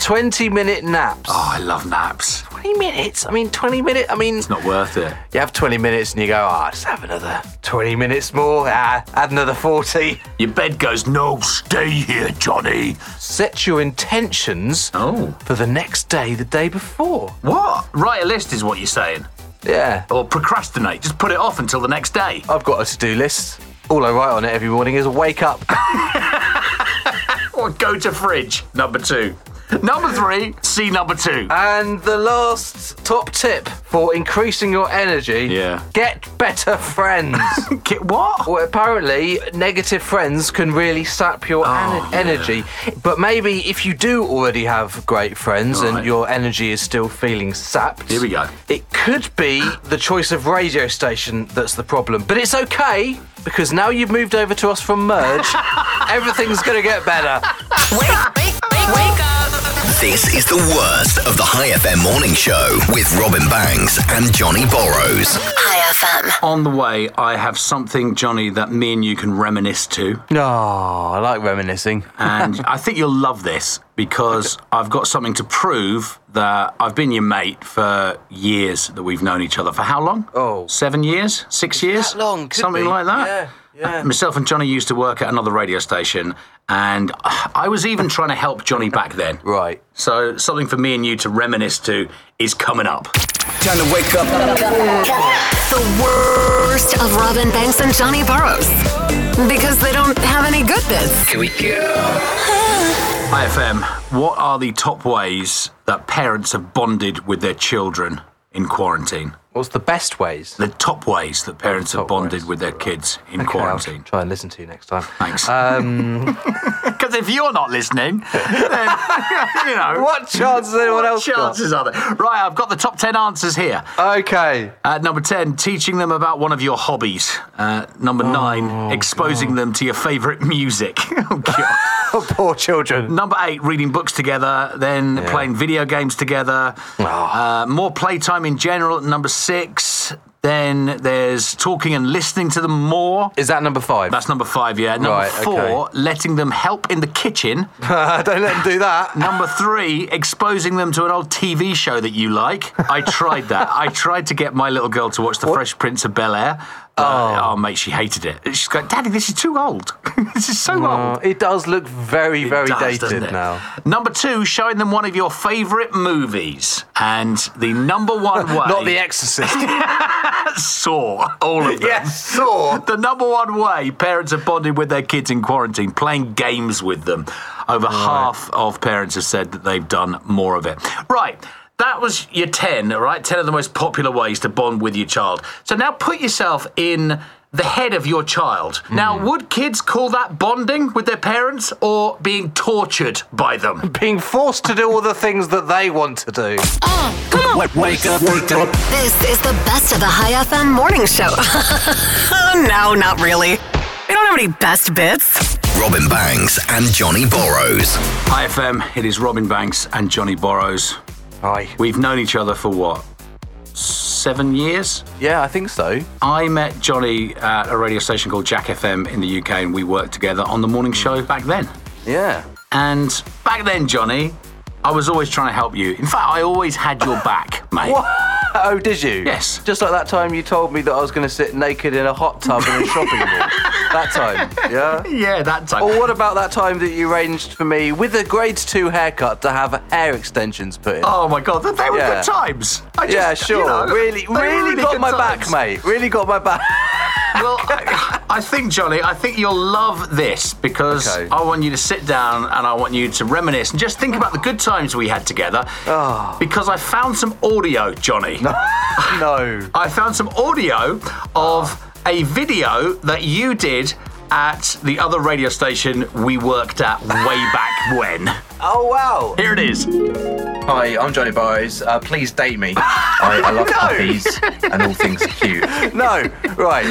20 minute naps.
Oh, I love naps.
20 minutes? I mean, 20 minute. I mean,
It's not worth it.
you have 20 minutes and you go, ah, just have another 20 minutes more. Ah, add another 40.
Your bed goes, no, stay here, Johnny.
Set your intentions
Oh.
for the next day, the day before.
What? Write a list is what you're saying.
Yeah.
Or procrastinate. Just put it off until the next day.
I've got a to do list. All I write on it every morning is wake up.
Or go to fridge. Number two. Number three, see number two.
And the last top tip for increasing your energy
Yeah.
get better friends.
[LAUGHS] Get what?
well, apparently, negative friends can really sap your en-
Oh, yeah.
energy. But maybe if you do already have great friends
Right.
and your energy is still feeling sapped.
Here we go.
It could be the choice of radio station that's the problem, but it's okay because now you've moved over to us from
[LAUGHS]
Merge, everything's going to get better.
This is the worst of the High FM morning show with Robin Banks and Johnny Borrows.
On the way, I have something, Johnny, that me and you can reminisce to.
No, I like reminiscing.
and I think you'll love this because I've got something to prove that I've been your mate for years that we've known each other. For how long?
Oh.
Seven years? Six years?
that long? Could
something
be.
like that.
Yeah, yeah.
Uh, Myself and Johnny used to work at another radio station, and I was even trying to help Johnny back then.
[LAUGHS] Right.
So, something for me and you to reminisce to is coming up.
Time to wake up.
The worst of Robin Banks and Johnny Burrows. Because they don't have any good bits.
Here we go.
IFM, what are the top ways that parents have bonded with their children in quarantine?
What's the best ways?
The top ways that parents have bonded with their kids in
Okay, I'll
quarantine.
Try and listen to you next time.
Thanks.
Um,
[LAUGHS] Because if you're not listening, then, [LAUGHS] you know.
what chance has anyone else
chances are there? Right, I've got the top 10 answers here.
got? Okay. [LAUGHS]
At number 10, teaching them about one of your hobbies. Uh,
Oh,
number nine, exposing them to your favourite music. [LAUGHS] oh,
[LAUGHS]
God.
Poor children.
Number eight, reading books together, then playing video games together.
Ah.
Uh, more playtime in general at number six. Then there's talking and listening to them more.
Is that number five? [LAUGHS]
That's number five, yeah. Number
Right, okay.
four, letting them help in the
[LAUGHS]
kitchen.
Don't let them do
[LAUGHS]
that.
Number three, exposing them to an old TV show that you like. I tried that. I tried to get my little girl to watch The Fresh Prince of Bel Air. Oh. oh, mate, she hated it. She's going, Daddy, this is too old. [LAUGHS] this is so old.
It does look very,
It
Mm, very
does, doesn't
dated
it?
now.
Number two, showing them one of your favourite movies. And the number one
[LAUGHS]
way.
Not The
[LAUGHS]
Exorcist.
Saw. All
[LAUGHS]
of them.
yes, saw.
The number one way parents have bonded with their kids in quarantine, playing games with them. Over half of parents have said that they've done more of it. Right. That was your 10, all right? 10 of the most popular ways to bond with your child. So now put yourself in the head of your child. Now, would kids call that bonding with their parents or being tortured by them?
Being forced to do all the things that they want to do.
Wake up, wake up.
This is the best of the High FM morning show. [LAUGHS] no, not really. We don't have any best bits.
Robin Banks and Johnny Borrows.
IFM, it is Robin Banks and Johnny Borrows.
Aye.
We've known each other for what? Seven years?
Yeah, I think so.
I met Johnny at a radio station called Jack FM in the UK, and we worked together on the morning show back then.
Yeah.
And back then, Johnny, I was always trying to help you. In fact, I always had your
[LAUGHS]
back, mate.
What? Oh, did you?
Yes. [LAUGHS]
Just like that time you told me that I was going to sit naked in a hot tub in a shopping mall. That time, yeah?
Yeah, that time.
Or Oh, what about that time that you arranged for me with a grade two haircut to have hair extensions put in?
Oh my god, they were good times. I just-
yeah,
you
sure.
know,
really,
they were
really,
really
got
good
my back,
times.
mate. Really got my back. [LAUGHS]
well, I, I think, Johnny, I think you'll love this because I want you to sit down and I want you to reminisce and just think about the good times we had together.
Ah.
Because I found some audio, Johnny. No. I found some audio of a video that you did at the other radio station we worked at way back when.
Oh wow!
Here it is.
Hi, I'm Johnny Burrows. Uh, please date
[LAUGHS]
me. I, I love puppies and all things cute.
No,
[LAUGHS]
right.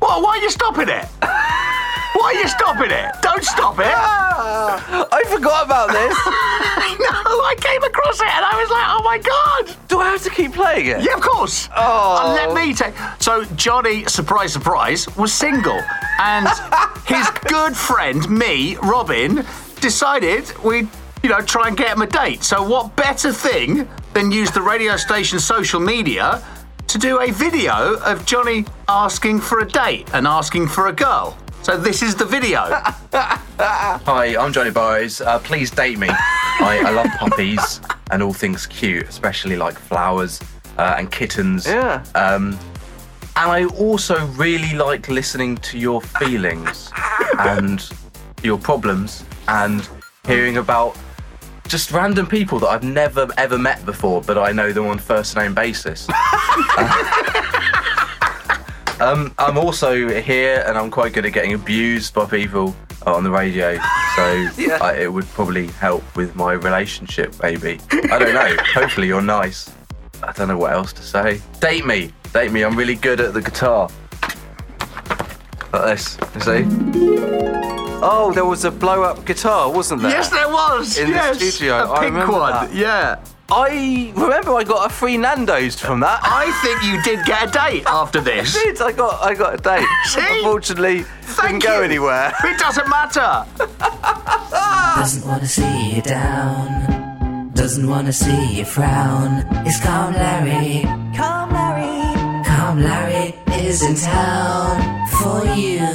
What? Why are you stopping it? Why are you stopping it? Don't stop it. [LAUGHS] Ah.
I forgot about this.
I know. I came across it and I was like, oh my god.
Do I have to keep playing it?
Yeah, of course.
Oh.
Uh, let me take. So Johnny, surprise, surprise, was single, and [LAUGHS] his good friend, me, Robin, decided we'd, you know, try and get him a date. So what better thing than use the radio station social media to do a video of Johnny asking for a date and asking for a girl. So this is the video.
Hi, I'm Johnny Burrows. Uh, please date me. I, I love puppies and all things cute, especially like flowers uh, and kittens.
Yeah.
Um, and I also really like listening to your feelings and your problems and hearing about just random people that I've never ever met before, but I know them on first name
[LAUGHS]
basis. Uh, Um, I'm also here, and I'm quite good at getting abused by people uh, on the radio. So
[LAUGHS] Yeah.
uh, it would probably help with my relationship, maybe. I don't
[LAUGHS]
know. Hopefully, you're nice. I don't know what else to say. Date me, date me. I'm really good at the guitar. Like this, you see?
Oh, there was a blow up guitar, wasn't there?
[LAUGHS] yes, there was.
In
yes,
the studio,
a
I
pink
remember
one.
that.
Yeah.
I remember I got a free Nando's from that. [LAUGHS]
I think you did get a date after [LAUGHS] this.
did. I got I got a
[LAUGHS]
date.
See?
Unfortunately, didn't
Thank
go
you. [LAUGHS]
anywhere.
It doesn't matter.
Doesn't wanna see you down. Doesn't wanna see you frown. It's Calm Larry. Calm Larry. Calm Larry is in town for you.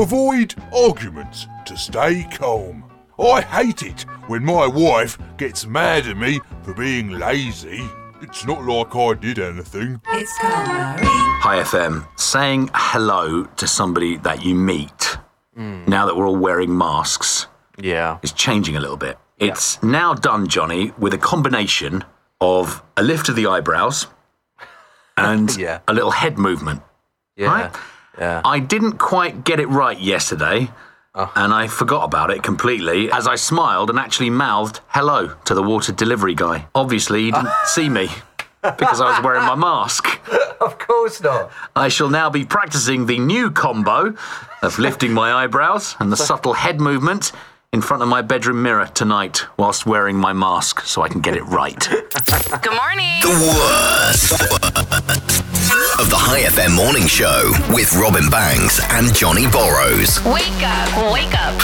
Avoid arguments to stay calm. I hate it when my wife gets mad at me for being lazy. It's not like I did anything.
It's Calm Larry.
Hi FM. Saying hello to somebody that you meet now that we're all wearing masks
Yeah.
is changing a little bit. It's now done, Johnny, with a combination of a lift of the eyebrows [LAUGHS] and
Yeah.
a little head movement.
Yeah.
Right?
Yeah.
I didn't quite get it right yesterday. And I forgot about it completely as I smiled and actually mouthed hello to the water delivery guy. Obviously, he [LAUGHS] didn't see me because I was wearing my mask.
Of course not.
I shall now be practicing the new combo of lifting my eyebrows and the subtle head movement in front of my bedroom mirror tonight whilst wearing my mask so I can get it right.
Good morning.
The worst of the High FM Morning Show with Robin Banks and Johnny Borrows.
Wake up, wake up.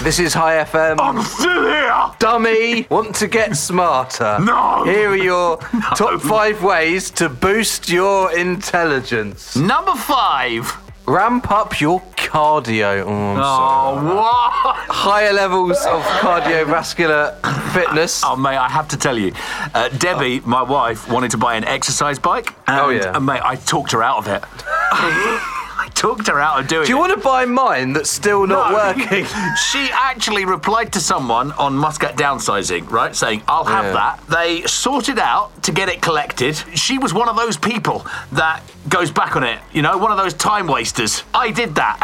This is High FM.
I'm still here!
Dummy, want to get smarter?
[LAUGHS] No.
Here are your top five ways to boost your intelligence.
Number five.
Ramp up your cardio. Oh, I'm sorry.
Oh, what?
Higher levels of
[LAUGHS]
cardiovascular fitness.
Oh, mate, I have to tell you. Uh, Debbie, my wife, wanted to buy an exercise bike. And,
Oh, yeah.
and, mate, I talked her out
[LAUGHS]
of it. I talked her out of doing
Do you
it.
want to buy mine that's still not
No. [LAUGHS]
working?
she actually replied to someone on Muscat Downsizing, right? Saying, I'll have
Yeah.
that. They sorted out to get it collected. She was one of those people that goes back on it, you know, one of those time wasters. I did that.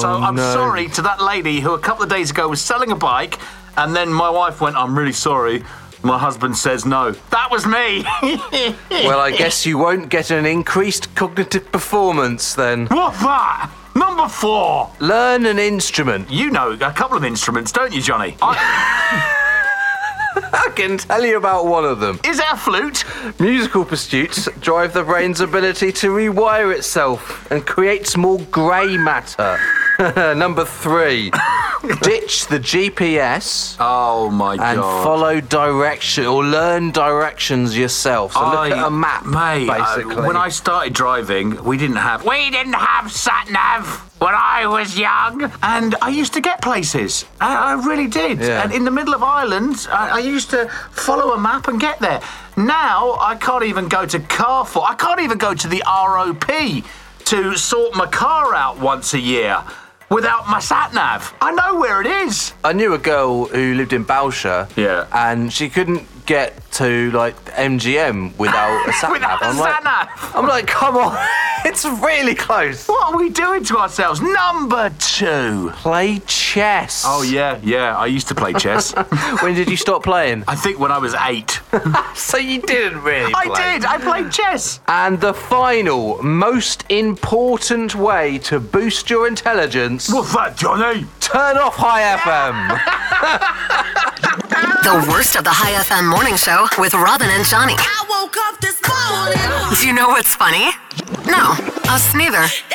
[LAUGHS] so I'm
no.
sorry to that lady who a couple of days ago was selling a bike, and then my wife went, I'm really sorry. My husband says no. That was me. [LAUGHS]
Well, I guess you won't get an increased cognitive performance then.
What's that? Number four.
Learn an instrument.
You know a couple of instruments, don't you, Johnny? I,
I can tell you about one of them.
is it a flute?
Musical pursuits drive the brain's ability to [LAUGHS] rewire itself and creates more grey matter. Number three, Ditch the GPS.
Oh my
and
God.
follow direction or learn directions yourself. So look at a map,
mate. I-
basically.
when I started driving, we didn't have we didn't have sat nav when I was young, and I used to get places. I, I really did.
Yeah.
And in the middle of Ireland, I, I used to follow a map and get there. Now I can't even go to Carrefour. I can't even go to the ROP to sort my car out once a year without my sat nav. I know where it is.
I knew a girl who lived in Bowsher. Yeah. And she couldn't get to like MGM [LAUGHS] without a sat nav.
Without a
I'm like,
sat nav.
I'm like, come on, [LAUGHS] it's really close.
What are we doing to ourselves? Number two.
Play chess.
Oh yeah, yeah. I used to play [LAUGHS] chess.
when did you stop playing?
I think when I was eight.
[LAUGHS] so you didn't really.
I
play.
did. I played chess.
And the final, most important way to boost your intelligence.
What's that, Johnny?
Turn off High FM.
The worst of the High FM morning show with Robin and Johnny.
I woke up this morning.
Do you know what's funny? No, us neither.